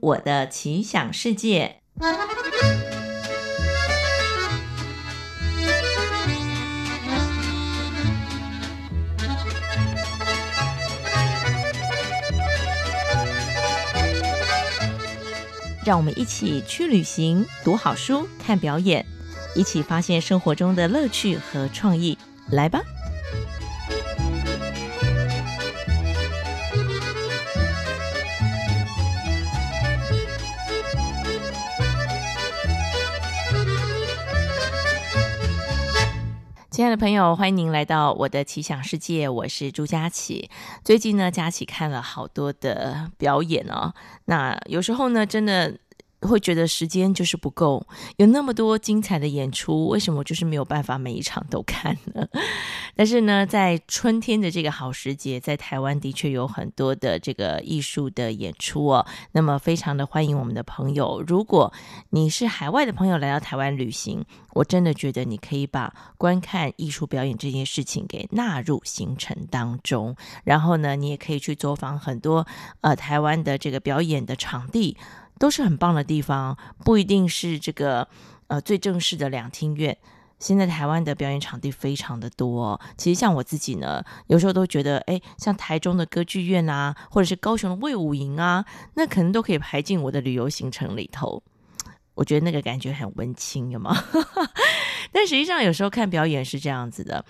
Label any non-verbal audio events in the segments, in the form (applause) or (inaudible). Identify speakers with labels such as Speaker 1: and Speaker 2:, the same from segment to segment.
Speaker 1: 我的奇想世界。让我们一起去旅行，读好书，看表演，一起发现生活中的乐趣和创意。来吧！亲爱的朋友，欢迎您来到我的奇想世界，我是朱佳琪。最近呢，佳琪看了好多的表演哦。那有时候呢，真的会觉得时间就是不够，有那么多精彩的演出，为什么就是没有办法每一场都看呢？ (laughs) 但是呢，在春天的这个好时节，在台湾的确有很多的这个艺术的演出哦。那么，非常的欢迎我们的朋友，如果你是海外的朋友来到台湾旅行，我真的觉得你可以把观看艺术表演这件事情给纳入行程当中。然后呢，你也可以去走访很多呃台湾的这个表演的场地，都是很棒的地方，不一定是这个呃最正式的两厅院。现在台湾的表演场地非常的多哦、其实像我自己呢，有时候都觉得，哎，像台中的歌剧院啊，或者是高雄的魏武营啊，那可能都可以排进我的旅游行程里头。我觉得那个感觉很温馨，有吗？但实际上有时候看表演是这样子的，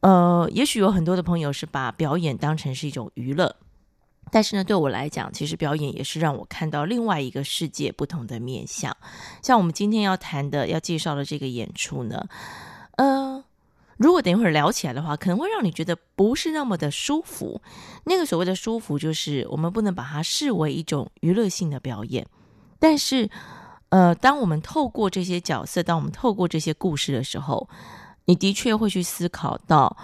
Speaker 1: 呃，也许有很多的朋友是把表演当成是一种娱乐，但是呢，对我来讲，其实表演也是让我看到另外一个世界不同的面相。像我们今天要谈的、要介绍的这个演出呢，呃，如果等一会儿聊起来的话，可能会让你觉得不是那么的舒服。那个所谓的舒服，就是我们不能把它视为一种娱乐性的表演，但是，呃，当我们透过这些角色，当我们透过这些故事的时候，你的确会去思考到，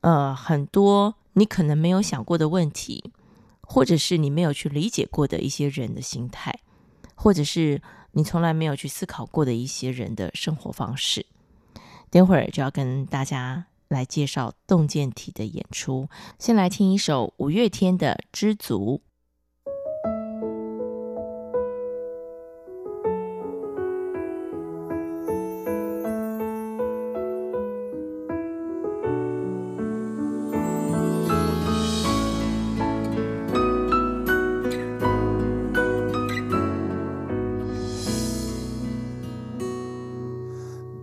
Speaker 1: 呃，很多你可能没有想过的问题，或者是你没有去理解过的一些人的心态，或者是你从来没有去思考过的一些人的生活方式。等会儿就要跟大家来介绍洞见体的演出，先来听一首五月天的《知足》。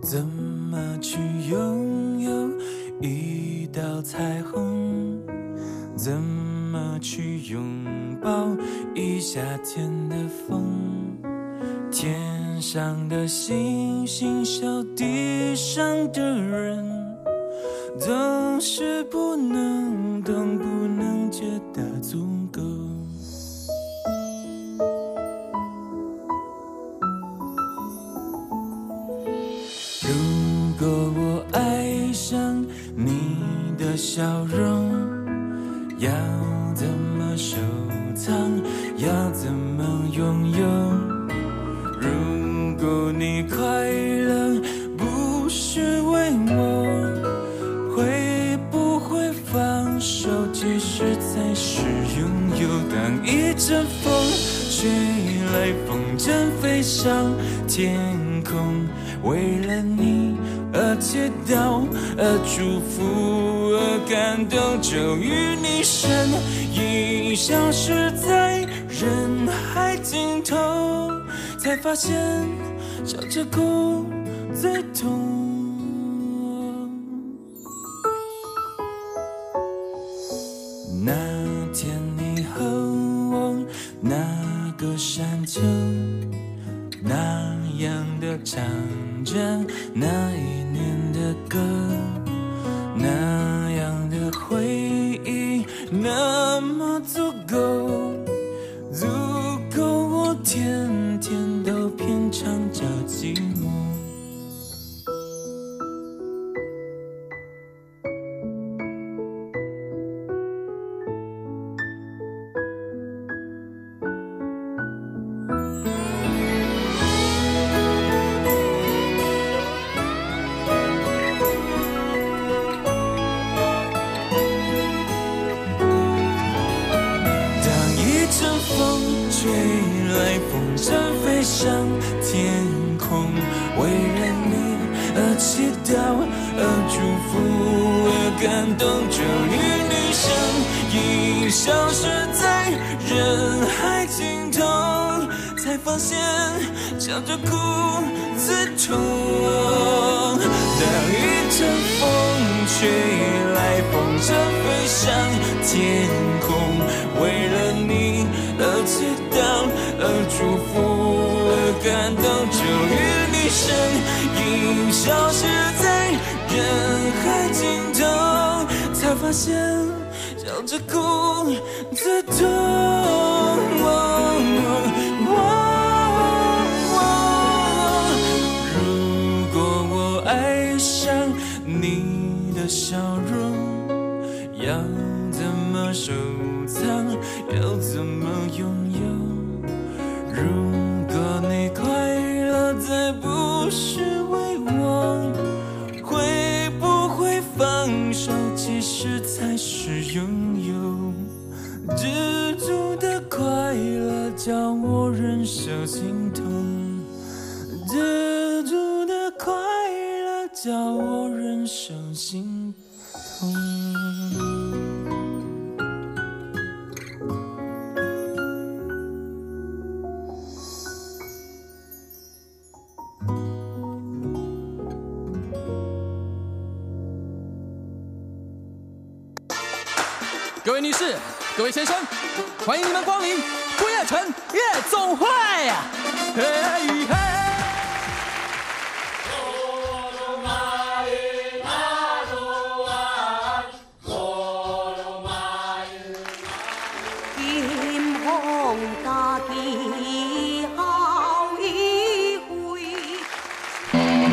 Speaker 2: 怎么去拥有一道彩虹？怎么去拥抱一夏天的风？天上的星星笑地上的人，总是不能懂，不能觉得足够。如果我爱上你的笑容，要怎么收藏？要怎么拥有？如果你快乐不是为我，会不会放手？其实才是拥有。当一阵风吹来，风筝飞上天空，为了你而祈祷，而祝福，而感动。终于你身影消失在人海尽头，才发现笑着哭最痛。那天你和我那个山丘，那样的唱着那一年的歌，那样的回忆那么足够，足够我天天都品尝着寂寞。当一阵风吹来，随风筝飞上天空，为了你而祈祷，而祝福，而感动。终于，女生已消失在人海尽头，才发现笑着哭自痛。当一阵风吹来，风筝飞上天空，为了你而祈祷，而祝福，而感动。终于，你身影消失在人海尽头，才发现笑着哭自痛。如果我爱上你的笑容，要怎么收藏？要怎么拥有？如果你快乐，再不是为我，会不会放手？其实才是拥有。知足的快乐，叫我忍受心痛。知足的快乐，叫我忍受心痛。
Speaker 3: 各位女士，各位先生，欢迎你们光临不夜城夜总会呀、嘿嘿
Speaker 4: 天空家己好一回。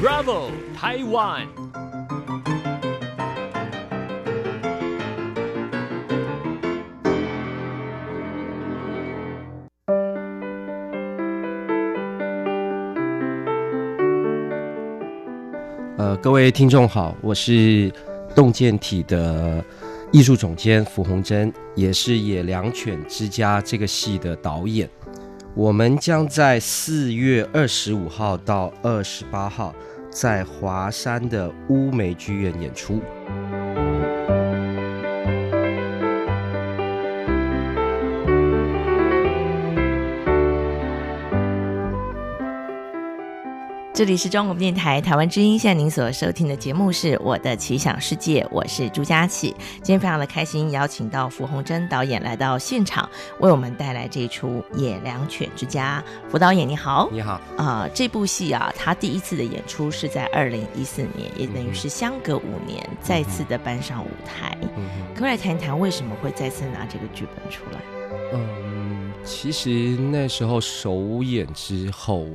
Speaker 5: Bravo Taiwan！
Speaker 6: 呃，各位听众好，我是洞见体的艺术总监符红珍，也是《野良犬之家》这个戏的导演。我们将在四月二十五号到二十八号在华山的乌梅剧院演出。
Speaker 1: 这里是中国电台台湾之音，现在您所收听的节目是《我的奇想世界》，我是朱佳琪。今天非常的开心，邀请到符红珍导演来到现场，为我们带来这一出《野良犬之家》。符导演你好，
Speaker 6: 你好，
Speaker 1: 啊、这部戏啊，他第一次的演出是在二零一四年，也等于是相隔五年，再次的搬上舞台。
Speaker 6: 嗯哼。
Speaker 1: 可不可以来谈一谈为什么会再次拿这个剧本出来？
Speaker 6: 嗯，其实那时候首演之后，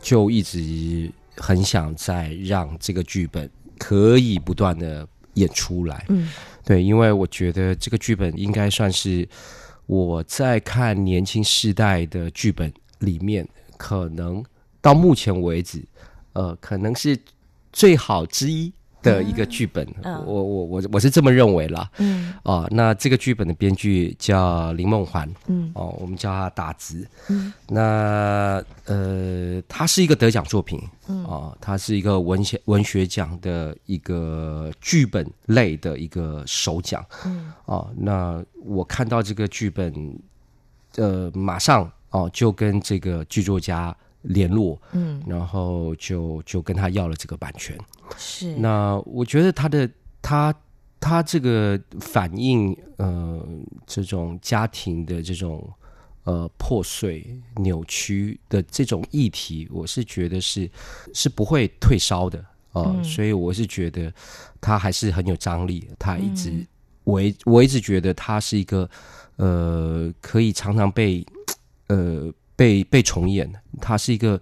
Speaker 6: 就一直很想再让这个剧本可以不断的演出来。
Speaker 1: 嗯，
Speaker 6: 对，因为我觉得这个剧本应该算是我在看年轻世代的剧本里面，可能到目前为止，呃，可能是最好之一的一个剧本。
Speaker 1: 嗯
Speaker 6: 我我我我是这么认为啦。
Speaker 1: 嗯
Speaker 6: 哦，那这个剧本的编剧叫林梦环，
Speaker 1: 嗯
Speaker 6: 哦，我们叫他打直。
Speaker 1: 嗯
Speaker 6: 那呃，它是一个得奖作品，
Speaker 1: 嗯
Speaker 6: 哦，它是一个文学文学奖的一个剧本类的一个首奖，
Speaker 1: 嗯
Speaker 6: 哦，那我看到这个剧本，呃，马上哦就跟这个剧作家联络，
Speaker 1: 嗯，
Speaker 6: 然后就就跟他要了这个版权。
Speaker 1: 是
Speaker 6: 那我觉得他的他他这个反映呃这种家庭的这种呃破碎扭曲的这种议题，我是觉得是是不会退烧的啊、呃
Speaker 1: 嗯
Speaker 6: 所以我是觉得他还是很有张力，他一直、
Speaker 1: 嗯
Speaker 6: 我一我一直觉得他是一个呃可以常常被呃被被重演，它是一个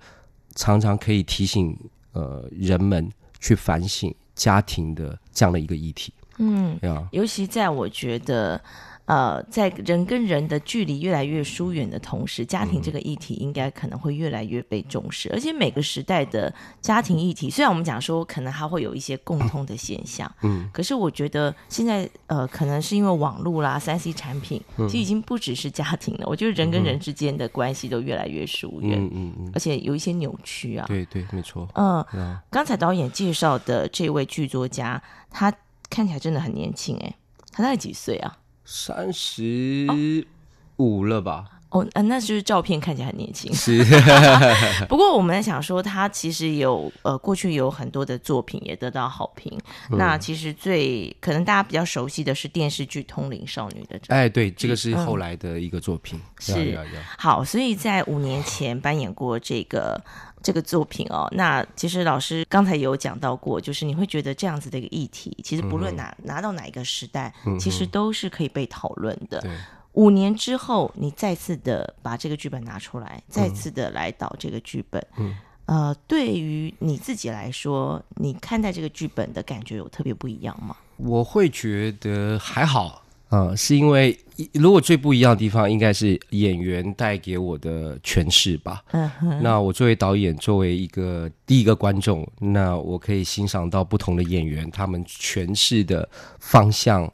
Speaker 6: 常常可以提醒呃人们去反省家庭的这样的一个议题
Speaker 1: 嗯。
Speaker 6: 呀。
Speaker 1: 尤其在我觉得，呃，在人跟人的距离越来越疏远的同时，家庭
Speaker 6: 嗯
Speaker 1: 这个议题应该可能会越来越被重视，而且每个时代的家庭议题，虽然我们讲说可能它会有一些共通的现象，嗯，可是我觉得现在呃，可能是因为网络啦、三 C 产品，
Speaker 6: 嗯
Speaker 1: 其实已经不只是家庭了，我觉得人跟人之间的关系都越来越疏远，
Speaker 6: 嗯嗯嗯，
Speaker 1: 而且有一些扭曲啊，
Speaker 6: 对对，没错。
Speaker 1: 嗯，
Speaker 6: 啊，
Speaker 1: 刚才导演介绍的这位剧作家，他看起来真的很年轻哎、他大概几岁啊？
Speaker 6: 三十五了吧？
Speaker 1: 哦，啊那就是照片看起来很年轻。
Speaker 6: 是，
Speaker 1: (laughs) 不过我们在想说，他其实有呃，过去有很多的作品也得到好评。那其实最可能大家比较熟悉的是电视剧《通灵少女》的这。
Speaker 6: 哎，对，这个是后来的一个作品。
Speaker 1: 嗯是
Speaker 6: 呀呀呀
Speaker 1: 好，所以在五年前扮演过这个这个作品哦。那其实老师刚才有讲到过，就是你会觉得这样子的一个议题，其实不
Speaker 6: 嗯
Speaker 1: 论哪、拿到哪一个时代，其实都是可以被讨论的。
Speaker 6: 对，
Speaker 1: 五年之后，你再次的把这个剧本拿出来，再
Speaker 6: 嗯
Speaker 1: 次的来导这个剧本，嗯，呃，对于你自己来说，你看待这个剧本的感觉有特别不一样吗？
Speaker 6: 我会觉得还好。嗯，是因为如果最不一样的地方，应该是演员带给我的诠释吧。
Speaker 1: 嗯哼，
Speaker 6: 那我作为导演，作为一个第一个观众，那我可以欣赏到不同的演员他们诠释的方向、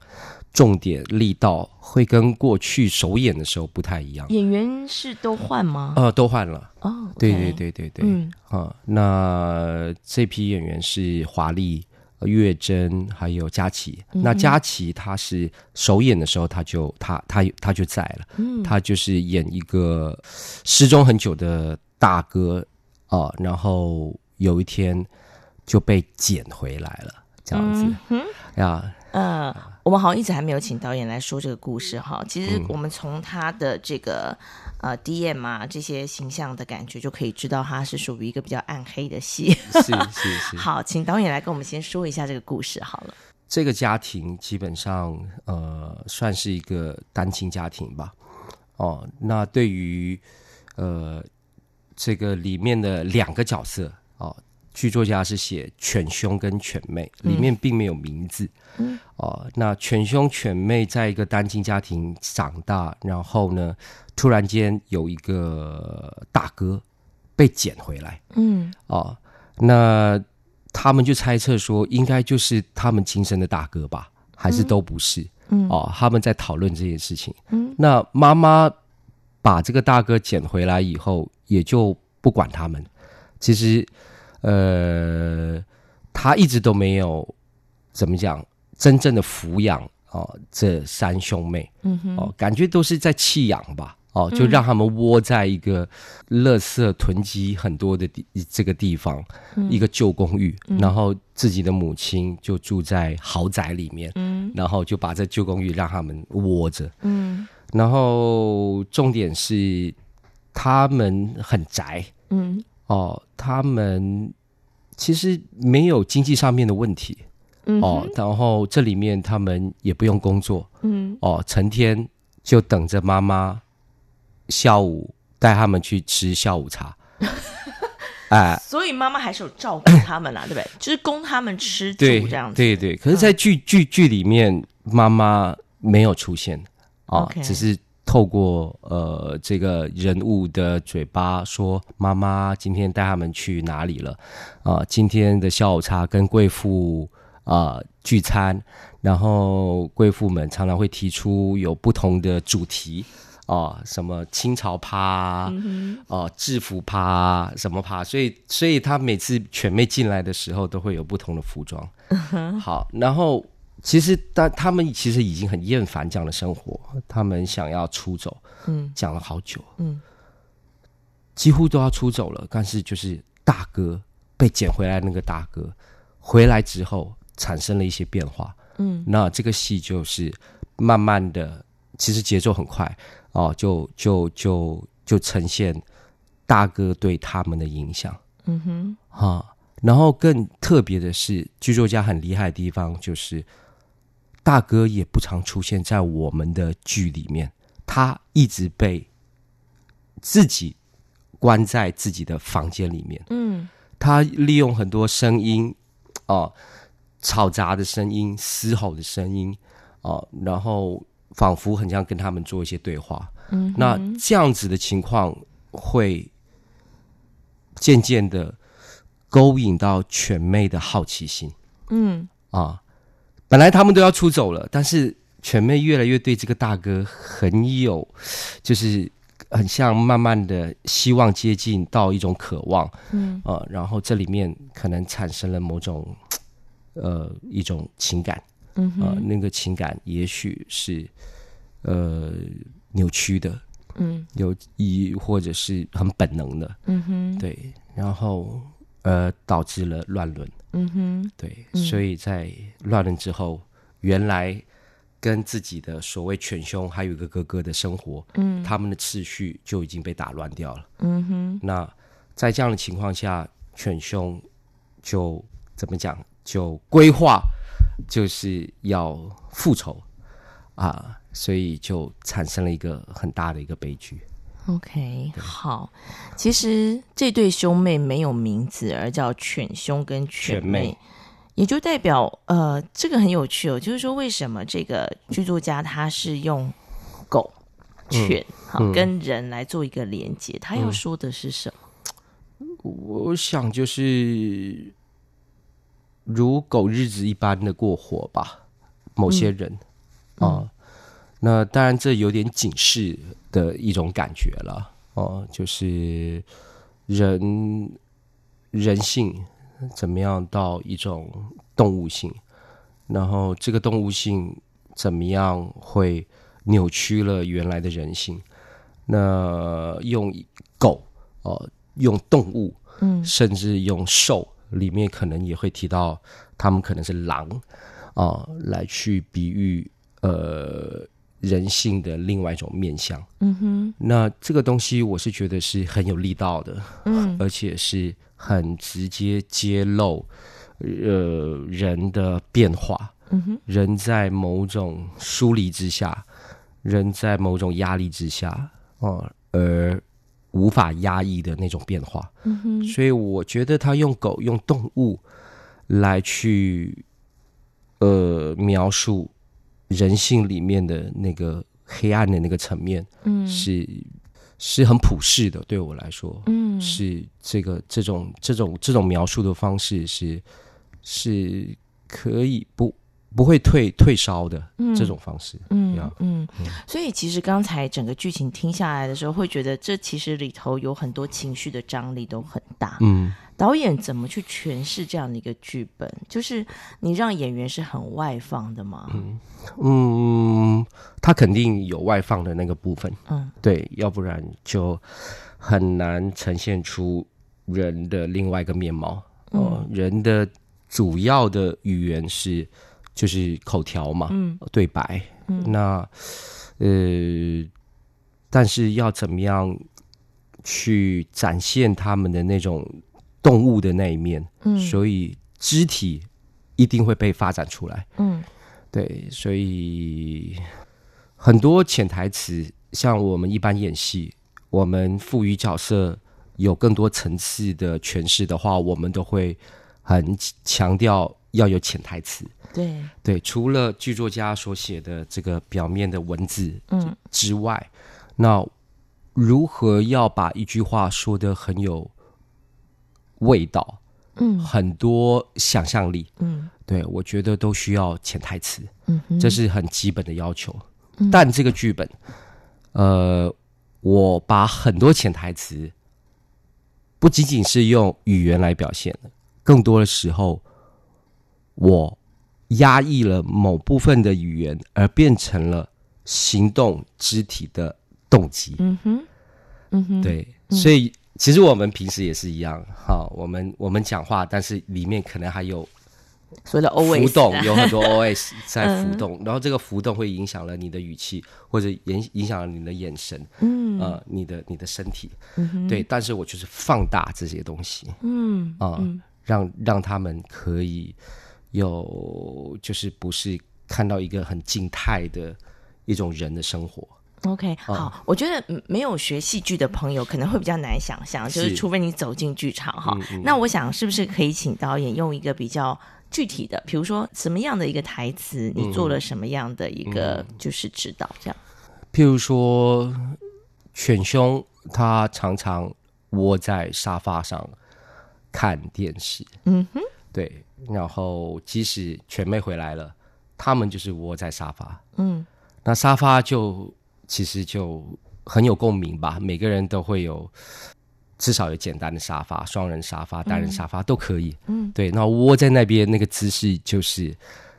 Speaker 6: 重点、力道，会跟过去首演的时候不太一样。
Speaker 1: 演员是都换吗？
Speaker 6: 呃，都换了，
Speaker 1: 哦，
Speaker 6: 对对，对对对，
Speaker 1: 嗯
Speaker 6: 啊、那这批演员是华丽、呃月珍还有佳琪。那佳琪她是首演的时候，她就她她她就在了，她就是演一个失踪很久的大哥啊、然后有一天就被捡回来了，这样子、呀，
Speaker 1: 呃，我们好像一直还没有请导演来说这个故事
Speaker 6: 嗯
Speaker 1: 哈。其实我们从他的这个呃 DM 啊这些形象的感觉，就可以知道他是属于一个比较暗黑的戏。
Speaker 6: 是是
Speaker 1: (laughs)
Speaker 6: 是。
Speaker 1: 好，请导演来跟我们先说一下这个故事好了。
Speaker 6: 这个家庭基本上呃算是一个单亲家庭吧。哦，那对于呃这个里面的两个角色哦，剧作家是写犬兄跟犬妹，里面并没有名字。嗯、哦，那犬兄犬妹在一个单亲家庭长大，然后呢，突然间有一个大哥被捡回来。
Speaker 1: 嗯，
Speaker 6: 哦，那他们就猜测说，应该就是他们亲生的大哥吧，还是都不是？嗯，哦，他们在讨论这件事情。嗯，那妈妈把这个大哥捡回来以后，也就不管他们。其实，呃，他一直都没有怎么讲，真正的抚养哦这三兄妹。嗯哼，哦，感觉都是在弃养吧。哦，就让他们窝在一个垃圾囤积很多的地这个地方，
Speaker 1: 嗯
Speaker 6: 一个旧公寓，然后自己的母亲就住在豪宅里面，
Speaker 1: 嗯
Speaker 6: 然后就把这旧公寓让他们窝着，
Speaker 1: 嗯
Speaker 6: 然后重点是他们很宅
Speaker 1: 嗯
Speaker 6: 哦，他们其实没有经济上面的问题
Speaker 1: 嗯
Speaker 6: 哦，然后这里面他们也不用工作，
Speaker 1: 嗯
Speaker 6: 哦，成天就等着妈妈下午带他们去吃下午茶。哎，
Speaker 1: 所以妈妈还是有照顾他们啦，对不对？就是供他们吃住
Speaker 6: 对
Speaker 1: 这样，子。嗯
Speaker 6: 对对。可是，在剧、剧剧里面，妈妈没有出现哦
Speaker 1: OK
Speaker 6: 只是透过呃这个人物的嘴巴说，妈妈今天带他们去哪里了？啊、今天的下午茶跟贵妇啊、聚餐，然后贵妇们常常会提出有不同的主题。啊，什么清朝趴啊，哦、制服趴啊，什么趴，所以所以她每次犬妹进来的时候都会有不同的服装。好，然后其实他他们其实已经很厌烦这样的生活，他们想要出走，
Speaker 1: 嗯，
Speaker 6: 讲了好久，
Speaker 1: 嗯，
Speaker 6: 几乎都要出走了，但是就是大哥被捡回来那个大哥回来之后产生了一些变化，
Speaker 1: 嗯，
Speaker 6: 那这个戏就是慢慢的，其实节奏很快哦，就就就就呈现大哥对他们的影响。
Speaker 1: 嗯哼，
Speaker 6: 啊。然后更特别的是，剧作家很厉害的地方就是，大哥也不常出现在我们的剧里面，他一直被自己关在自己的房间里面。
Speaker 1: 嗯
Speaker 6: 他利用很多声音，哦、吵杂的声音、嘶吼的声音，哦、然后仿佛很像跟他们做一些对话。
Speaker 1: 嗯哼，
Speaker 6: 那这样子的情况会渐渐的勾引到犬妹的好奇心
Speaker 1: 嗯
Speaker 6: 啊。本来他们都要出走了，但是犬妹越来越对这个大哥很有，就是很像慢慢的希望接近到一种渴望
Speaker 1: 嗯
Speaker 6: 啊，然后这里面可能产生了某种呃一种情感。
Speaker 1: 嗯
Speaker 6: 啊、
Speaker 1: 哼
Speaker 6: 那个情感也许是呃扭曲的，
Speaker 1: 嗯
Speaker 6: 有意或者是很本能的，
Speaker 1: 嗯哼
Speaker 6: 对，然后呃导致了乱伦，
Speaker 1: 嗯哼
Speaker 6: 对，所以在乱伦之后，原来跟自己的所谓犬兄还有一个哥哥的生活，
Speaker 1: 嗯
Speaker 6: 他们的秩序就已经被打乱掉了。
Speaker 1: 嗯哼
Speaker 6: 那在这样的情况下，犬兄就怎么讲？就规划就是要复仇啊，所以就产生了一个很大的一个悲剧。
Speaker 1: ，OK，好。其实这对兄妹没有名字，而叫犬兄跟犬
Speaker 6: 犬妹
Speaker 1: 也就代表呃，这个很有趣哦，就是说为什么这个剧作家他是用狗、犬好、跟人来做一个连接，他要说的是什么？
Speaker 6: 我想就是如狗日子一般的过活吧，某些人啊、那当然这有点警示的一种感觉了哦、就是人人性怎么样到一种动物性，然后这个动物性怎么样会扭曲了原来的人性，那用狗哦、用动物，
Speaker 1: 嗯
Speaker 6: 甚至用兽，里面可能也会提到他们可能是狼啊、来去比喻呃人性的另外一种面相。
Speaker 1: 嗯哼，
Speaker 6: 那这个东西我是觉得是很有力道的，
Speaker 1: 嗯
Speaker 6: 而且是很直接揭露呃人的变化，
Speaker 1: 嗯哼，
Speaker 6: 人在某种疏离之下，人在某种压力之下，哦、而无法压抑的那种变化。
Speaker 1: 嗯哼，
Speaker 6: 所以我觉得他用狗用动物来去呃描述人性里面的那个黑暗的那个层面，
Speaker 1: 嗯
Speaker 6: 是是很普世的，对我来说，
Speaker 1: 嗯
Speaker 6: 是这个这种这种这种描述的方式是是可以不不会退退烧的、这种方式，
Speaker 1: 嗯
Speaker 6: 呀
Speaker 1: 嗯，所以其实刚才整个剧情听下来的时候，会觉得这其实里头有很多情绪的张力都很大。
Speaker 6: 嗯
Speaker 1: 导演怎么去诠释这样的一个剧本？就是你让演员是很外放的嘛？
Speaker 6: 嗯，他肯定有外放的那个部分，
Speaker 1: 嗯
Speaker 6: 对，要不然就很难呈现出人的另外一个面貌。
Speaker 1: 嗯
Speaker 6: 哦、人的主要的语言是就是口条嘛，
Speaker 1: 嗯
Speaker 6: 对白。那呃，但是要怎么样去展现他们的那种动物的那一面？
Speaker 1: 嗯
Speaker 6: 所以肢体一定会被发展出来。
Speaker 1: 嗯
Speaker 6: 对，所以很多潜台词，像我们一般演戏，我们赋予角色有更多层次的诠释的话，我们都会很强调要有潜台词。
Speaker 1: 对，
Speaker 6: 对，除了剧作家所写的这个表面的文字
Speaker 1: 嗯
Speaker 6: 之外，那如何要把一句话说的很有味道，
Speaker 1: 嗯
Speaker 6: 很多想象力？
Speaker 1: 嗯
Speaker 6: 对我觉得都需要潜台词。
Speaker 1: 嗯哼，嗯
Speaker 6: 这是很基本的要求。但这个剧本，呃，我把很多潜台词不仅仅是用语言来表现的，更多的时候，我压抑了某部分的语言，而变成了行动肢体的动机。
Speaker 1: 嗯哼嗯哼，
Speaker 6: 对，所以其实我们平时也是一样，哈，我们我们讲话，但是里面可能还有
Speaker 1: 所谓的 always
Speaker 6: 浮动
Speaker 1: 啊
Speaker 6: 有很多 OS 在浮动，然后这个浮动会影响了你的语气，或者影影响了你的眼神，嗯，呃，你的你的身体，对。但是我就是放大这些东西，嗯啊，让让他们可以有，就是不是看到一个很静态的一种人的生活，
Speaker 1: OK，好，
Speaker 6: 啊
Speaker 1: 我觉得嗯没有学戏剧的朋友可能会比较难想象，就是
Speaker 6: 是嗯
Speaker 1: 除非你走进剧场哈。那我想是不是可以请导演用一个比较具体的，比如说什么样的一个台词，你做了什么样的一个
Speaker 6: 嗯
Speaker 1: 就是指导，这样
Speaker 6: 譬如说，犬兄他常常窝在沙发上看电视，
Speaker 1: 嗯
Speaker 6: 哼，对，然后即使犬妹回来了，他们就是窝在沙发，
Speaker 1: 嗯，
Speaker 6: 那沙发就其实就很有共鸣吧，每个人都会有。至少有简单的沙发、双人沙发、单人沙发、都可以。嗯，对，那窝在那边那个姿势就是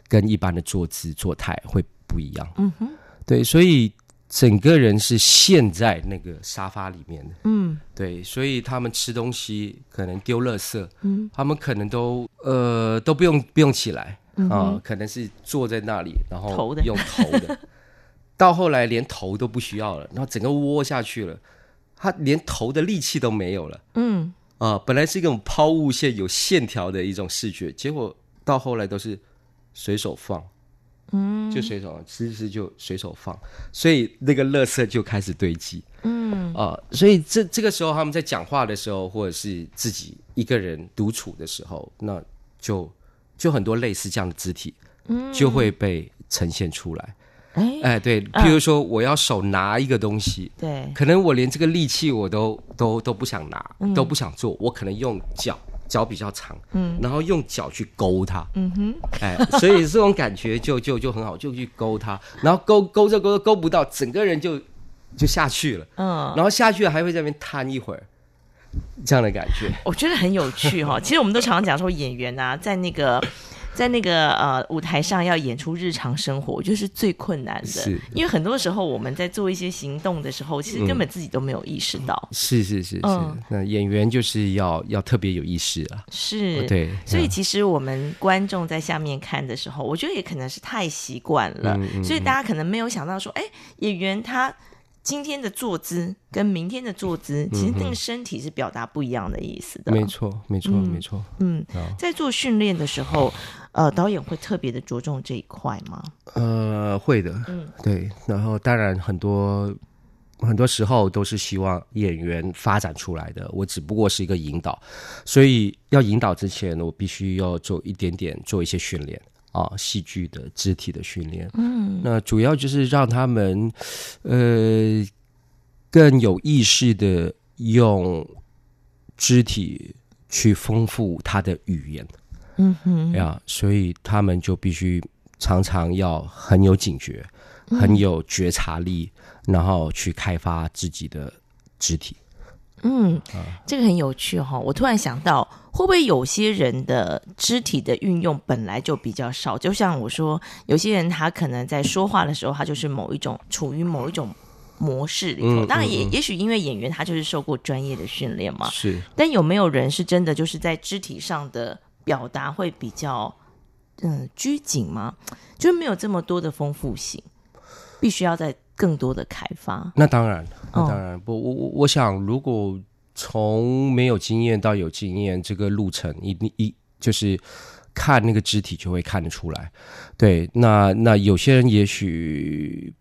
Speaker 6: 跟一般的坐姿、坐态会不一样。嗯哼，对，所以整个人是陷在那个沙发里面的。
Speaker 1: 嗯，
Speaker 6: 对，所以他们吃东西可能丢垃圾，嗯，他们可能都呃都不用不用起来啊、可能是坐在那里，然后
Speaker 1: 头的
Speaker 6: 用头
Speaker 1: (laughs)
Speaker 6: 的，到后来连头都不需要了，然后整个窝下去了，他连头的力气都没有了。
Speaker 1: 嗯
Speaker 6: 啊、本来是一种抛物线有线条的一种视觉，结果到后来都是随手放，嗯，就随手吃吃就随手放，所以那个垃圾就开始堆积
Speaker 1: 嗯
Speaker 6: 啊、所以这这个时候他们在讲话的时候，或者是自己一个人独处的时候，那就就很多类似这样的肢体
Speaker 1: 嗯，
Speaker 6: 就会被呈现出来。
Speaker 1: 哎
Speaker 6: 哎，对，譬如说我要手拿一个东西，
Speaker 1: 对，
Speaker 6: 可能我连这个力气我都都都不想拿，
Speaker 1: 嗯
Speaker 6: 都不想做，我可能用脚，脚比较长，嗯，然后用脚去勾它，嗯哼，哎，所以这种感觉就就就很好，就去勾它，然后勾勾着勾着勾不到，整个人就就下去了，
Speaker 1: 嗯，
Speaker 6: 然后下去了还会在那边瘫一会儿，这样的感
Speaker 1: (laughs)
Speaker 6: 觉，
Speaker 1: 我觉得很有趣
Speaker 6: (laughs)
Speaker 1: 哈、其实我们都常常讲说，演员啊，在那个。在那个呃舞台上要演出日常生活，我觉得是最困难的
Speaker 6: 是，
Speaker 1: 因为很多时候我们在做一些行动的时候，其实根本自己都没有意识到。
Speaker 6: 是是是是，
Speaker 1: 嗯
Speaker 6: 那演员就是要要特别有意识啊，
Speaker 1: 是，
Speaker 6: 对，嗯
Speaker 1: 所以其实我们观众在下面看的时候，我觉得也可能是太习惯了，
Speaker 6: 嗯
Speaker 1: 所以大家可能没有想到说，哎，演员他今天的坐姿跟明天的坐姿，其实那个身体是表达不一样的意思的。
Speaker 6: 嗯没错没错没错，
Speaker 1: 啊嗯，
Speaker 6: 啊
Speaker 1: 在做训练的时候，呃，导演会特别的着重这一块吗？
Speaker 6: 呃，会的，对。然后当然很多很多时候都是希望演员发展出来的，我只不过是一个引导，所以要引导之前，我必须要做一点点做一些训练。啊，戏剧的肢体的训练，嗯，那主要就是让他们，呃，更有意识的用肢体去丰富他的语言，嗯哼，呀，所以他们就必须常常要很有警觉，很有觉察力，然后去开发自己的肢体。
Speaker 1: 嗯，这个很有趣哈、我突然想到，会不会有些人的肢体的运用本来就比较少？就像我说，有些人他可能在说话的时候，他就是某一种处于某一种模式里头。
Speaker 6: 嗯
Speaker 1: 当然也，
Speaker 6: 嗯嗯
Speaker 1: 也许因为演员他就是受过专业的训练嘛。
Speaker 6: 是，
Speaker 1: 但有没有人是真的就是在肢体上的表达会比较嗯拘谨吗？就是没有这么多的丰富性，必须要在更多的开发。
Speaker 6: 那当然，那
Speaker 1: 哦
Speaker 6: 当然不，我我我想，如果从没有经验到有经验，这个路程一定一就是看那个肢体就会看得出来。对，那那有些人也许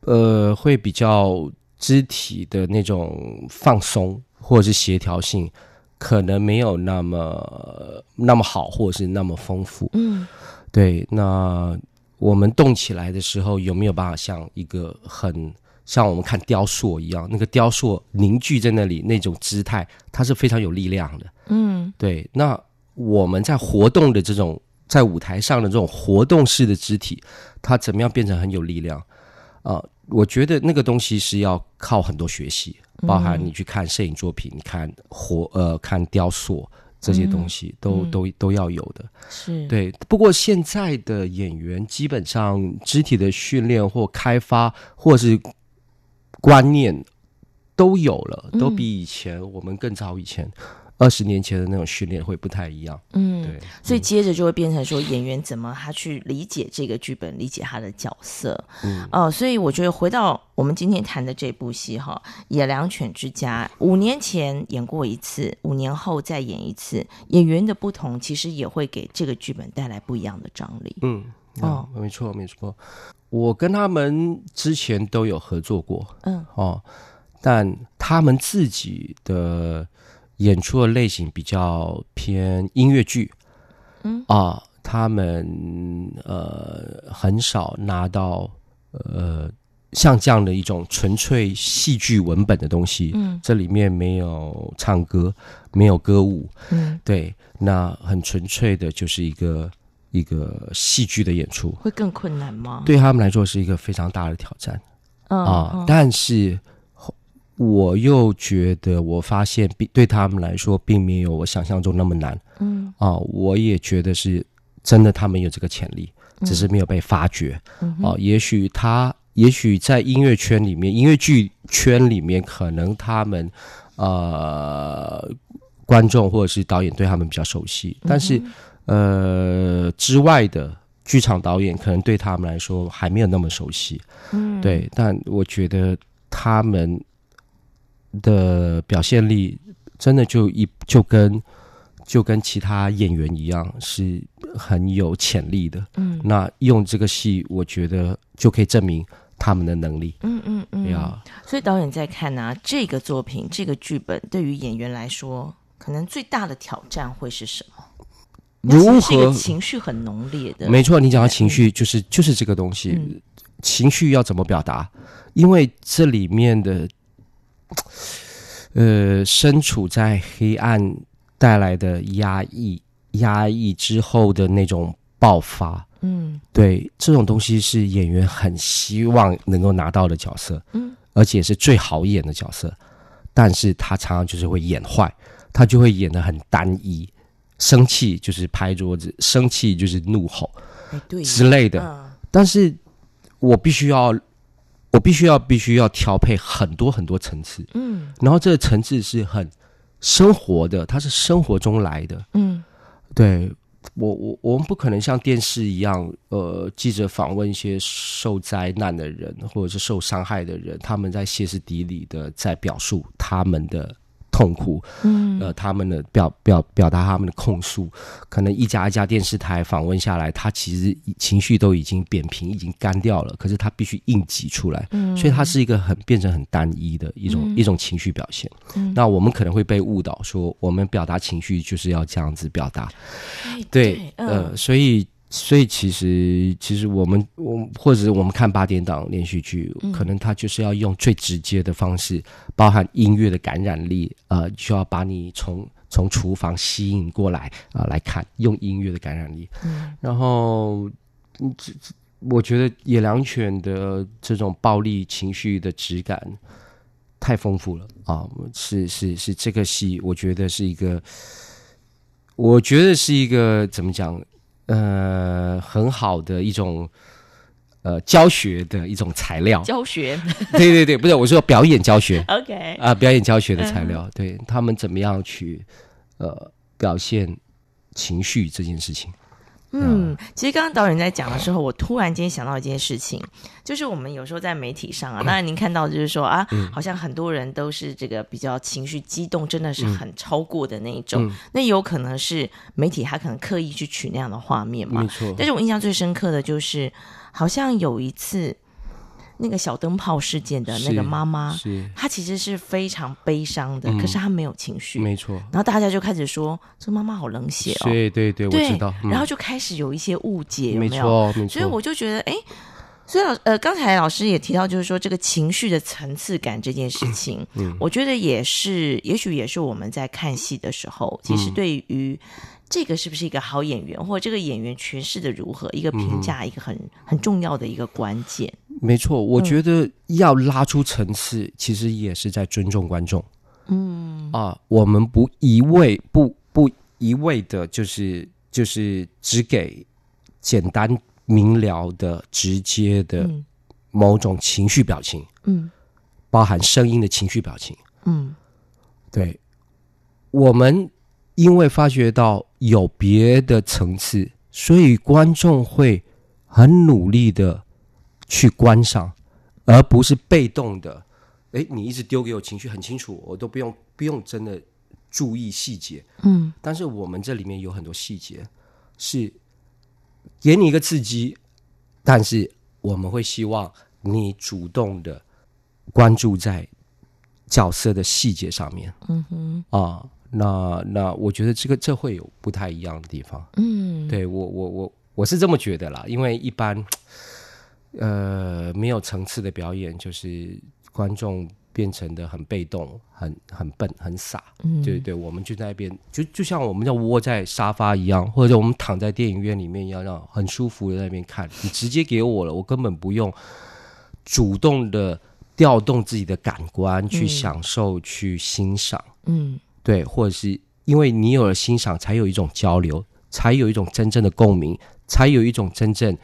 Speaker 6: 呃会比较肢体的那种放松或者是协调性，可能没有那么那么好，或者是那么丰富。
Speaker 1: 嗯
Speaker 6: 对，那我们动起来的时候，有没有办法像一个很像我们看雕塑一样，那个雕塑凝聚在那里那种姿态，它是非常有力量的。
Speaker 1: 嗯
Speaker 6: 对，那我们在活动的这种在舞台上的这种活动式的肢体，它怎么样变成很有力量？啊、我觉得那个东西是要靠很多学习，包含你去看摄影作品、你看活呃看雕塑这些东西，都都都要有的。
Speaker 1: 是
Speaker 6: 对，不过现在的演员基本上肢体的训练或开发，或是观念都有了，都比以前我们更早以前二十年前的那种训练会不太一样。
Speaker 1: 嗯
Speaker 6: 对，
Speaker 1: 所以接着就会变成说，演员怎么他去理解这个剧本，理解他的角色。嗯，哦、所以我觉得回到我们今天谈的这部戏哈，《野良犬之家》，五年前演过一次，五年后再演一次，演员的不同其实也会给这个剧本带来不一样的张力。
Speaker 6: 嗯，
Speaker 1: 哦
Speaker 6: 哦，没错没错，我跟他们之前都有合作过，
Speaker 1: 嗯，
Speaker 6: 哦，但他们自己的演出的类型比较偏音乐剧，嗯啊、他们呃很少拿到呃像这样的一种纯粹戏剧文本的东西。
Speaker 1: 嗯
Speaker 6: 这里面没有唱歌，没有歌舞，
Speaker 1: 嗯，
Speaker 6: 对，那很纯粹的就是一个一个戏剧的演出，
Speaker 1: 会更困难吗？，
Speaker 6: 对他们来说是一个非常大的挑战。
Speaker 1: 嗯
Speaker 6: 啊、
Speaker 1: 嗯
Speaker 6: 但是后我又觉得，我发现并对他们来说，并没有我想象中那么难
Speaker 1: 嗯
Speaker 6: 啊、我也觉得是真的，他们有这个潜力，只是没有被发掘啊、
Speaker 1: 嗯
Speaker 6: 也许他，也许在音乐圈里面，音乐剧圈里面，可能他们呃，观众或者是导演对他们比较熟悉，
Speaker 1: 嗯
Speaker 6: 但是、呃之外的。剧场导演可能对他们来说还没有那么熟悉，
Speaker 1: 嗯，
Speaker 6: 对，但我觉得他们的表现力真的就一就跟就跟其他演员一样，是很有潜力的。
Speaker 1: 嗯
Speaker 6: 那用这个戏，我觉得就可以证明他们的能力。
Speaker 1: 嗯嗯嗯，
Speaker 6: 呀、
Speaker 1: 所以导演在看啊，这个作品、这个剧本对于演员来说，可能最大的挑战会是什么？
Speaker 6: 如
Speaker 1: 是一个
Speaker 6: 何？
Speaker 1: 情绪很浓烈的，
Speaker 6: 没错，你讲到情绪，就是就是这个东西，
Speaker 1: 嗯
Speaker 6: 情绪要怎么表达？因为这里面的，呃，身处在黑暗带来的压抑，压抑之后的那种爆发，
Speaker 1: 嗯
Speaker 6: 对这种东西是演员很希望能够拿到的角色，
Speaker 1: 嗯，
Speaker 6: 而且是最好演的角色，但是他常常就是会演坏，他就会演得很单一，生气就是拍桌子，生气就是怒吼
Speaker 1: 哎对耶，
Speaker 6: 之类的，
Speaker 1: 嗯
Speaker 6: 但是我必须要，我必须要必须要调配很多很多层次，
Speaker 1: 嗯
Speaker 6: 然后这个层次是很生活的，它是生活中来的。
Speaker 1: 嗯
Speaker 6: 对我我我们不可能像电视一样，呃，记者访问一些受灾难的人或者是受伤害的人，他们在歇斯底里的在表述他们的痛苦，
Speaker 1: 嗯
Speaker 6: 呃，他们的表表表达他们的控诉，可能一家一家电视台访问下来，他其实已情绪都已经扁平，已经干掉了，可是他必须硬挤出来，
Speaker 1: 嗯
Speaker 6: 所以它是一个很变成很单一的一种、
Speaker 1: 嗯
Speaker 6: 一种情绪表现。
Speaker 1: 嗯
Speaker 6: 那我们可能会被误导说，我们表达情绪就是要这样子表达，
Speaker 1: 哎
Speaker 6: 对，
Speaker 1: 嗯
Speaker 6: 呃，所以。所以其实，其实我们我或者是我们看八点档连续剧，
Speaker 1: 嗯
Speaker 6: 可能它就是要用最直接的方式，包含音乐的感染力，呃，需要把你从从厨房吸引过来啊、呃来看，用音乐的感染力。
Speaker 1: 嗯
Speaker 6: 然后，嗯这这我觉得野良犬的这种暴力情绪的质感太丰富了啊！是是是，这个戏我觉得是一个，我觉得是一个怎么讲？呃，很好的一种呃教学的一种材料。
Speaker 1: 教学 (laughs)
Speaker 6: 对对对，不是我说表演教学
Speaker 1: ，OK，
Speaker 6: 啊、表演教学的
Speaker 1: 嗯
Speaker 6: 材料，对他们怎么样去呃表现情绪这件事情。
Speaker 1: 嗯，其实刚刚导演在讲的时候，我突然间想到一件事情，就是我们有时候在媒体
Speaker 6: 嗯
Speaker 1: 上啊，当然您看到就是说啊，好像很多人都是这个比较情绪激动，真的是
Speaker 6: 嗯
Speaker 1: 很超过的那一种，那有可能是媒体他可能刻意去取那样的画面嘛
Speaker 6: 没。错，
Speaker 1: 但是我印象最深刻的就是，好像有一次那个小灯泡事件的那
Speaker 6: 是
Speaker 1: 个妈妈，
Speaker 6: 是
Speaker 1: 她其实是非常悲伤的，可是她没有情绪，
Speaker 6: 嗯没错，
Speaker 1: 然后大家就开始说这妈妈好冷血哦，
Speaker 6: 对对对，我
Speaker 1: 对，
Speaker 6: 知道。嗯
Speaker 1: 然后就开始有一些误解，有
Speaker 6: 没
Speaker 1: 没有？
Speaker 6: 错没错，
Speaker 1: 所以我就觉得，哎，所以老呃，刚才老师也提到，就是说这个情绪的层次感这件事情，
Speaker 6: 嗯
Speaker 1: 我觉得也是，也许也是我们在看戏的时
Speaker 6: 嗯
Speaker 1: 候，其实对于。这个是不是一个好演员，或者这个演员诠释的如何，一个评
Speaker 6: 嗯
Speaker 1: 价，一个很很重要的一个关键。
Speaker 6: 没错，
Speaker 1: 嗯
Speaker 6: 我觉得要拉出层次，其实也是在尊重观众。嗯啊，我们不一味不不一味的，就是就是只给简单明了的、直接的
Speaker 1: 嗯
Speaker 6: 某种情绪表情，
Speaker 1: 嗯
Speaker 6: 包含声音的情绪表情。
Speaker 1: 嗯
Speaker 6: 对，我们因为发觉到有别的层次，所以观众会很努力的去观赏，而不是被动的。诶，你一直丢给我情绪很清楚，我都不用不用真的注意细节。
Speaker 1: 嗯
Speaker 6: 但是我们这里面有很多细节是给你一个刺激，但是我们会希望你主动的关注在角色的细节上面。
Speaker 1: 嗯哼
Speaker 6: 啊，那那我觉得这个这会有不太一样的地方。
Speaker 1: 嗯，
Speaker 6: 对我我我我是这么觉得啦，因为一般呃没有层次的表演，就是观众变成的很被动、很很笨、很傻。
Speaker 1: 嗯
Speaker 6: 对对，我们就在那边，就就像我们要窝在沙发一样，或者我们躺在电影院里面一样，让很舒服的在那边看。你直接给我了，我根本不用主动的调动自己的感官去
Speaker 1: 嗯
Speaker 6: 享受、去欣赏。
Speaker 1: 嗯
Speaker 6: 对，或者是因为你有了欣赏，才有一种交流，才有一种真正的共鸣，才有一种真正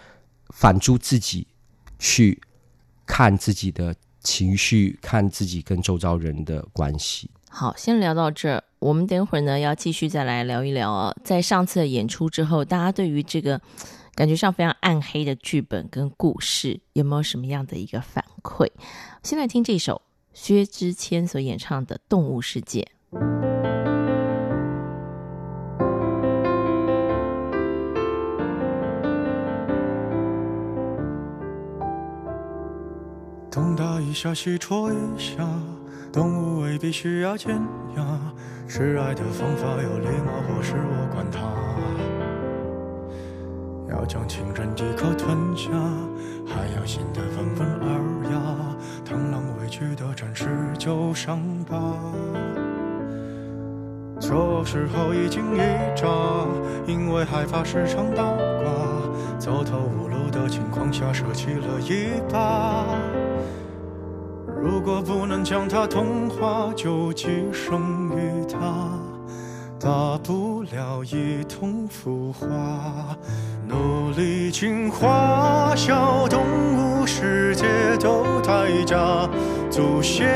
Speaker 6: 反诸自己去看自己的情绪，看自己跟周遭人的关系。
Speaker 1: 好，先聊到这儿。我们等会儿呢要继续再来聊一聊哦，在上次的演出之后，大家对于这个感觉上非常暗黑的剧本跟故事有没有什么样的一个反馈？先来听这首薛之谦所演唱的《动物世界》。
Speaker 2: 东打一下，西戳一下，动物未必需要尖牙，示爱的方法有礼貌，或是我管它。要将情人一口吞下，还要显得温文尔雅。螳螂委屈的展示旧伤疤，这时候已经一炸，因为害怕时常倒挂，走投无路的情况下，舍弃了一把。如果不能将它同化，就寄生于它，大不了一同腐化。努力进化，小动物世界都代价，祖先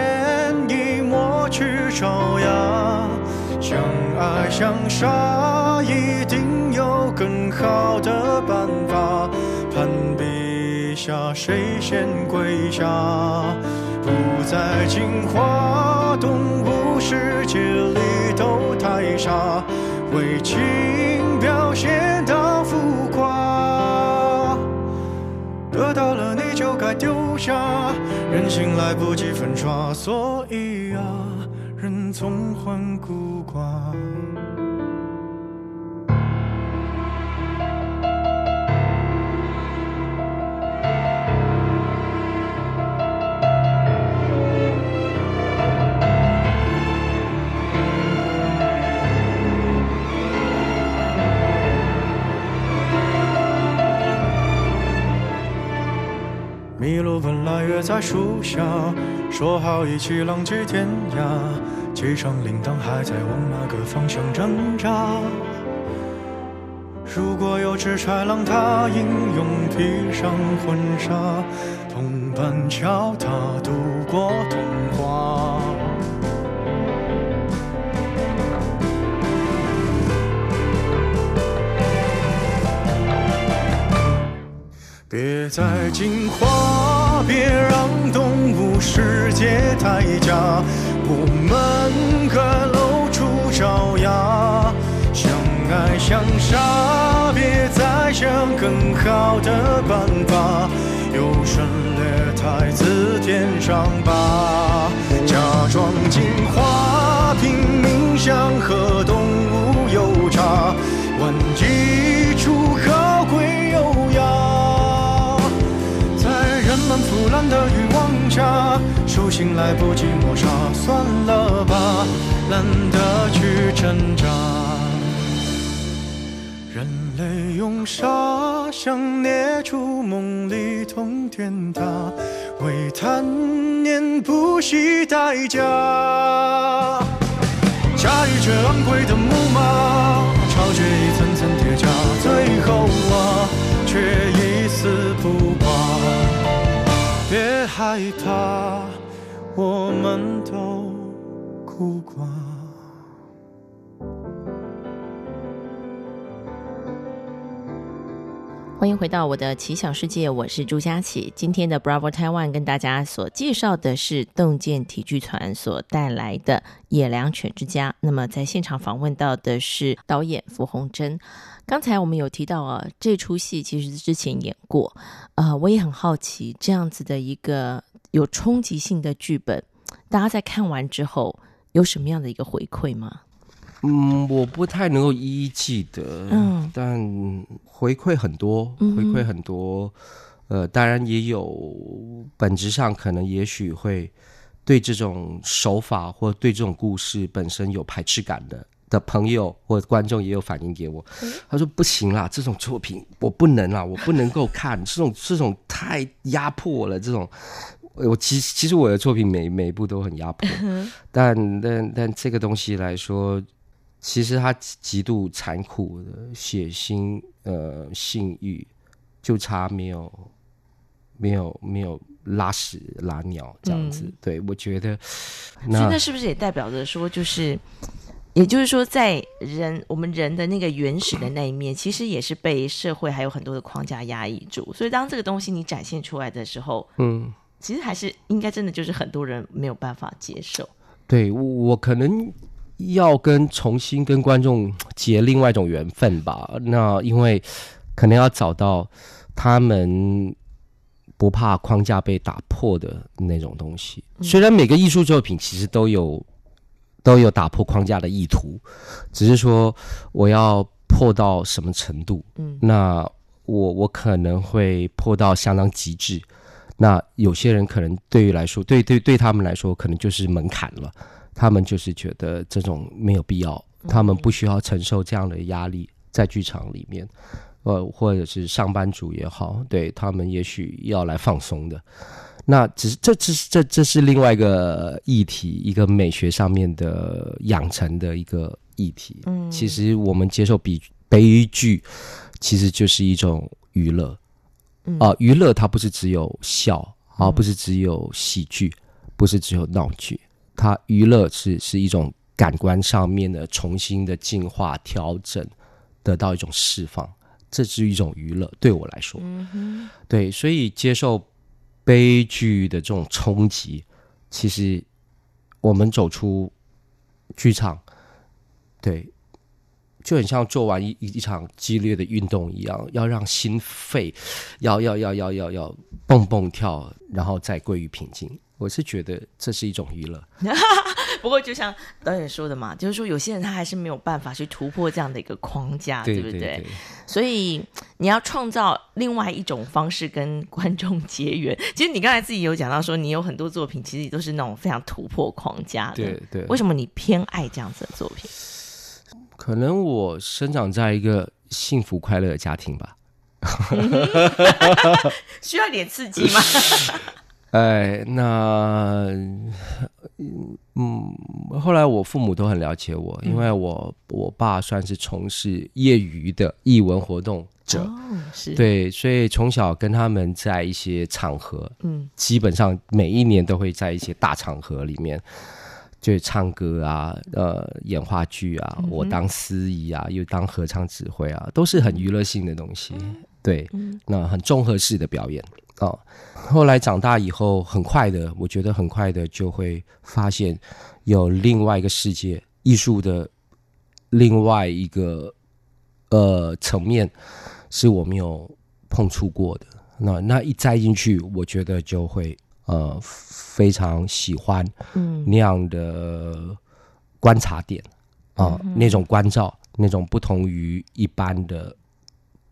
Speaker 2: 已抹去爪牙。相爱相杀，一定有更好的办法。攀比一下，谁先跪下？不再进化，动物世界里都太傻，为情表现到浮夸。得到了你就该丢下，人心来不及粉刷，所以啊，人总患孤寡。麋鹿本来约在树下，说好一起浪迹天涯，机场铃铛还在往哪个方向挣扎。如果有只豺狼，它英勇披上婚纱，同伴教它度过童话。别再进化，别让动物世界太假，我们该露出爪牙，相爱相杀，别再想更好的办法，优胜劣汰字典上吧，假装进化，拼命想和动物有差，玩一出高贵优雅。在人们腐烂的欲望下，手心来不及抹杀，算了吧，懒得去挣扎。人类用沙想捏出梦里通天塔，为贪念不惜代价。驾驭着昂贵的木马，超越一层层叠加，最后啊，却一丝不挂。别害怕，我们都孤寡。
Speaker 1: 欢迎回到我的奇想世界，我是朱佳琪。今天的 Bravo Taiwan 跟大家所介绍的是洞见体剧团所带来的《野良犬之家》。那么在现场访问到的是导演傅红珍。刚才我们有提到啊，这出戏其实之前演过，呃，我也很好奇这样子的一个有冲击性的剧本，大家在看完之后有什么样的一个回馈吗？
Speaker 6: 嗯，我不太能够一一记得，
Speaker 1: 嗯
Speaker 6: 但回馈很多，
Speaker 1: 嗯哼
Speaker 6: 回馈很多。呃，当然也有本质上可能也许会对这种手法或对这种故事本身有排斥感的的朋友或观众也有反映给我，他说不行啦，这种作品我不能啦，我不能够看，这种这种太压迫我了，这种。我其实其实我的作品每每一部都很压迫，但但但这个东西来说，其实它极极度残酷的血腥，呃，性欲，就差没有没有没有拉屎拉尿这样子。对我觉得，
Speaker 1: 所以
Speaker 6: 那
Speaker 1: 那是不是也代表着说，就是，也就是说，在人我们人的那个原始的那一面，其实也是被社会还有很多的框架压抑住。所以当这个东西你展现出来的时候，
Speaker 6: 嗯，
Speaker 1: 其实还是应该真的就是很多人没有办法接受。
Speaker 6: 对我我可能要跟重新跟观众结另外一种缘分吧。那因为可能要找到他们不怕框架被打破的那种东西。虽然每个艺术作品其实都有都有打破框架的意图，只是说我要破到什么程度。
Speaker 1: 嗯
Speaker 6: 那我我可能会破到相当极致。那有些人可能对于来说，对对对他们来说，可能就是门槛了。他们就是觉得这种没有必要，他们不需要承受这样的压力在剧场里面，呃，或者是上班族也好，对他们也许要来放松的。那只是这只是这这是另外一个议题，一个美学上面的养成的一个议题。嗯，其实我们接受比悲剧，其实就是一种娱乐。啊、娱乐它不是只有笑，啊，不是只有喜剧，不是只有闹剧，它娱乐是是一种感官上面的重新的进化、调整，得到一种释放，这是一种娱乐，对我来说，对，所以接受悲剧的这种冲击，其实我们走出剧场，对，就很像做完一一一场激烈的运动一样，要让心肺要要要要要要蹦蹦跳，然后再归于平静。我是觉得这是一种娱乐，嗯
Speaker 1: 不过就像导演说的嘛，就是说有些人他还是没有办法去突破这样的一个框架，
Speaker 6: 对
Speaker 1: 不
Speaker 6: 对对，
Speaker 1: 所以你要创造另外一种方式跟观众结缘。其实你刚才自己有讲到说，你有很多作品其实都是那种非常突破框架的。
Speaker 6: 对对
Speaker 1: 为什么你偏爱这样子的作品？
Speaker 6: 可能我生长在一个幸福快乐的家庭吧。
Speaker 1: 需要点刺激
Speaker 6: (laughs)
Speaker 1: 吗？
Speaker 6: 哎，那嗯嗯，后来我父母都很了解我，因为我我爸算是从事业余的艺文活动者，
Speaker 1: 哦，是，
Speaker 6: 对，所以从小跟他们在一些场合，
Speaker 1: 嗯，
Speaker 6: 基本上每一年都会在一些大场合里面，就是唱歌啊，呃，演话剧啊，我当司仪啊，又当合唱指挥啊，都是很娱乐性的东西，对，那很综合式的表演哦。后来长大以后，很快的，我觉得很快的就会发现有另外一个世界，艺术的另外一个呃层面。是我没有碰触过的。那那一栽进去，我觉得就会呃非常喜欢
Speaker 1: 嗯
Speaker 6: 那样的观察点啊、那种关照，那种不同于一般的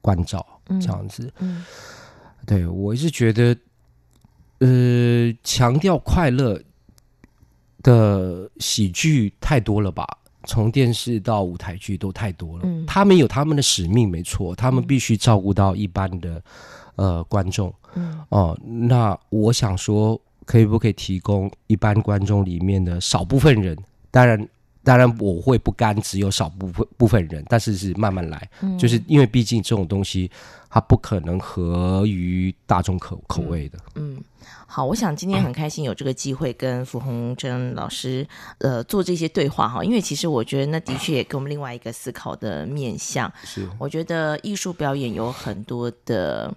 Speaker 6: 关照，这样子。
Speaker 1: 嗯
Speaker 6: 对我是觉得，呃，强调快乐的喜剧太多了吧？从电视到舞台剧都太多了，
Speaker 1: 嗯
Speaker 6: 他们有他们的使命，没错，他们必须照顾到一般的呃观众。
Speaker 1: 嗯
Speaker 6: 哦，那我想说，可以不可以提供一般观众里面的少部分人？当然，当然我会不甘只有少部分部分人，但是是慢慢来，就是因为毕竟这种东西它不可能合于大众口口味的。
Speaker 1: 嗯，好，我想
Speaker 6: 嗯
Speaker 1: 今天很开心有这个机会跟傅红珍老师呃做这些对话哈，因为其实我觉得那的确也给我们另外一个思考的面向。
Speaker 6: 是，
Speaker 1: 我觉得艺术表演有很多的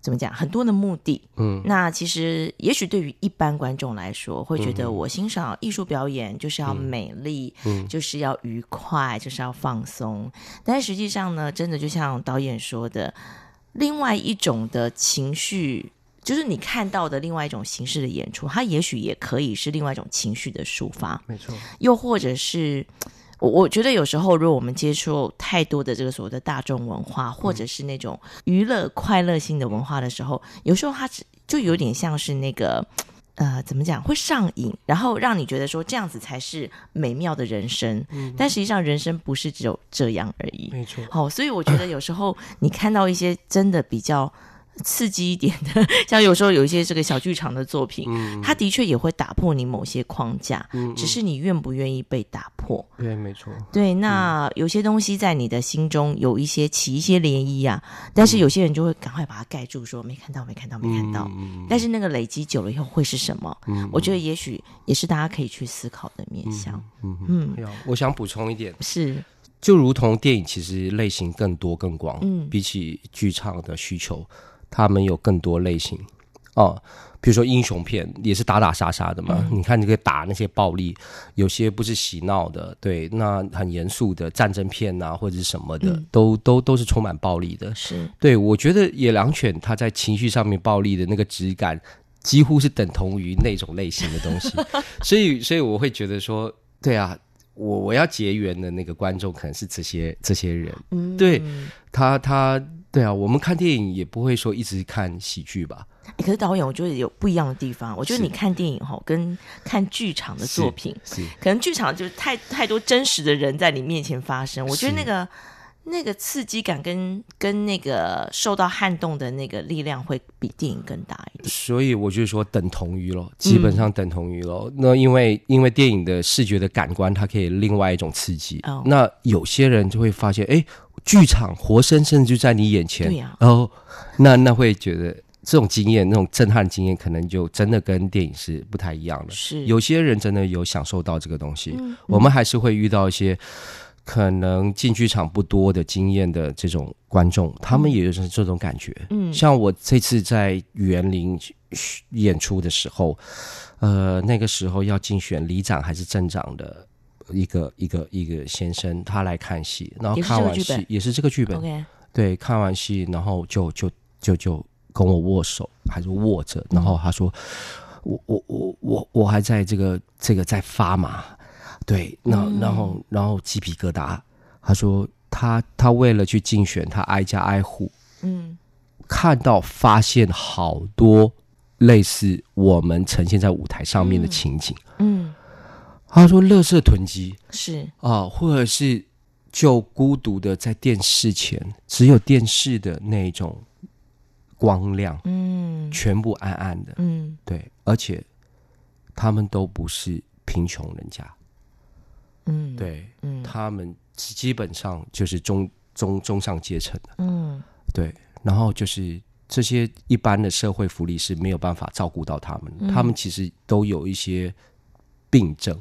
Speaker 1: 怎么讲，很多的目的。
Speaker 6: 嗯，
Speaker 1: 那其实也许对于一般观众来说，会觉
Speaker 6: 嗯
Speaker 1: 得我欣赏艺术表演就是要美丽，就是要愉快，就是要放松。但实际上呢，真的就像导演说的，另外一种的情绪。就是你看到的另外一种形式的演出，它也许也可以是另外一种情绪的抒发。
Speaker 6: 没错。
Speaker 1: 又或者是，我我觉得有时候，如果我们接触太多的这个所谓的大众文
Speaker 6: 嗯
Speaker 1: 化，或者是那种娱乐快乐性的文化的时候，有时候它只就有点像是那个。呃，怎么讲会上瘾，然后让你觉得说这样子才是美妙的人生，但实际上人生不是只有这样而已。
Speaker 6: 嗯没错，
Speaker 1: 好、所以我觉得有时候你看到一些真的比较刺激一点的，像有时候有一些这个小剧场的作品，
Speaker 6: 嗯
Speaker 1: 它的确也会打破你某些框架，只是你愿不愿意被打破。
Speaker 6: 对，没错，嗯
Speaker 1: 对，那有些东西在你的心中有一些起一些涟漪啊，但是有些人就会赶快把它盖住，说没看到，没看到，没看到。
Speaker 6: 嗯
Speaker 1: 但是那个累积久了以后会是什么？我觉得也许也是大家可以去思考的面向。
Speaker 6: 嗯嗯
Speaker 1: 嗯，
Speaker 6: 嗯，我想补充一点，
Speaker 1: 是，
Speaker 6: 就如同电影其实类型更多更广，
Speaker 1: 嗯
Speaker 6: 比起剧场的需求，他们有更多类型哦。比如说英雄片也是打打杀杀的嘛，你看你可以打那些暴力，有些不是洗脑的，对，那很严肃的战争片啊或者是什么的，
Speaker 1: 嗯
Speaker 6: 都都都是充满暴力的。
Speaker 1: 是，
Speaker 6: 对我觉得野狼犬它在情绪上面暴力的那个质感，几乎是等同于那种类型的东西，所以所以我会觉得说，对啊，我我要结缘的那个观众可能是这些这些人，
Speaker 1: 嗯，
Speaker 6: 对他他对啊，我们看电影也不会说一直看喜剧吧，
Speaker 1: 欸可是导演，我觉得有不一样的地方。我觉得你看电影哈，跟看剧场的作品，
Speaker 6: 是
Speaker 1: 可能剧场就是太太多真实的人在你面前发生，我觉得
Speaker 6: 是
Speaker 1: 那个那个刺激感跟跟那个受到撼动的那个力量会比电影更大一点。
Speaker 6: 所以我就说等同于
Speaker 1: 嗯
Speaker 6: 咯，基本上等同于咯。那因为因为电影的视觉的感官，它可以另外一种刺激。
Speaker 1: 哦
Speaker 6: 那有些人就会发现，哎，剧场活生生就在你眼前，
Speaker 1: 对啊呀
Speaker 6: 哦，那那会觉得这种经验，那种震撼经验，可能就真的跟电影是不太一样的。
Speaker 1: 是嗯
Speaker 6: 有些人真的有享受到这个东西，我们还是会遇到一些可能进剧场不多的经验的这种观众，他
Speaker 1: 嗯
Speaker 6: 们也是这种感觉。嗯，像我这次在园林演出的时候，呃，那个时候要竞选里长还是镇长的。一个一个一个先生，他来看戏，然后
Speaker 1: 也是这个
Speaker 6: 看完
Speaker 1: 剧本
Speaker 6: 戏也是这个剧本，
Speaker 1: OK，
Speaker 6: 对，看完戏，然后就就就就跟我握手，还是握着，然后他说，我我我我我还在这个这个在发麻，对，那然后然后鸡皮疙瘩，他说他他为了去竞选，他挨家挨户
Speaker 1: 嗯，
Speaker 6: 看到发现好多类似我们呈现在舞台上面的情景，
Speaker 1: 嗯，
Speaker 6: 他说乐色囤积，
Speaker 1: 是，
Speaker 6: 啊，或者是就孤独的在电视前，只有电视的那种光亮，
Speaker 1: 嗯
Speaker 6: 全部暗暗的，
Speaker 1: 嗯，
Speaker 6: 对，而且他们都不是贫穷人家，
Speaker 1: 嗯，，
Speaker 6: 对，
Speaker 1: 嗯
Speaker 6: 他们基本上就是中中中上阶层的，
Speaker 1: 嗯
Speaker 6: 对，然后就是。这些一般的社会福利是没有办法照顾到他们的，他们其实都有一些病症，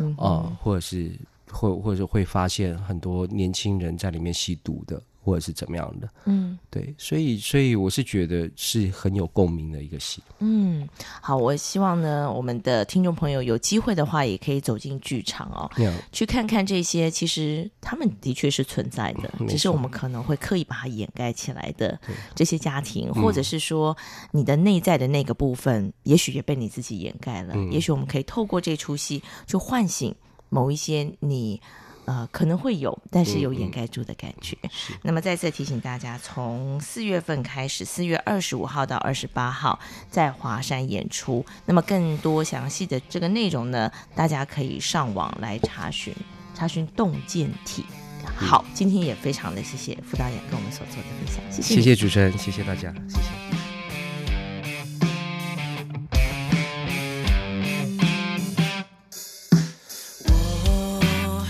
Speaker 1: 嗯，
Speaker 6: 啊、或者是或或者是会发现很多年轻人在里面吸毒的，或者是怎么样的，
Speaker 1: 嗯
Speaker 6: 对，所以所以我是觉得是很有共鸣的一个戏，
Speaker 1: 嗯，好，我希望呢，我们的听众朋友有机会的话，也可以走进剧场哦。
Speaker 6: 那样
Speaker 1: 去看看这些，其实他们的确是存在的，
Speaker 6: 嗯没
Speaker 1: 只是
Speaker 6: 错
Speaker 1: 我们可能会刻意把它掩盖起来的这些家庭，
Speaker 6: 嗯
Speaker 1: 或者是说你的内在的那个部分，也许也被你自己掩盖了。
Speaker 6: 嗯
Speaker 1: 也许我们可以透过这出戏去唤醒某一些你。呃，可能会有，但是有
Speaker 6: 嗯
Speaker 1: 掩盖住的感觉。那么再次提醒大家，从四月份开始，四月二十五号到二十八号在华山演出。那么更多详细的这个内容呢，大家可以上网来查询。查询洞见体。好，今天也非常的谢谢副导演跟我们所做的分享，谢谢你。
Speaker 6: 谢谢主持人，谢谢大家，谢谢。
Speaker 2: 我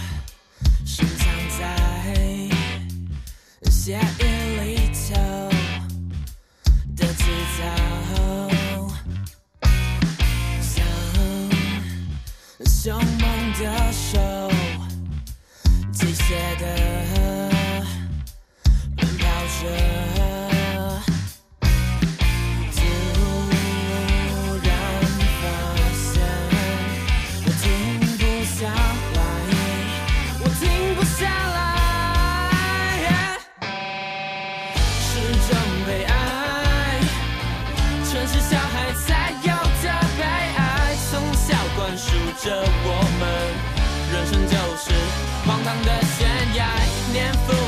Speaker 2: 深藏在夏夜里头的制造，像凶猛的手，机械的奔跑着。
Speaker 4: 荒唐的悬崖，年复。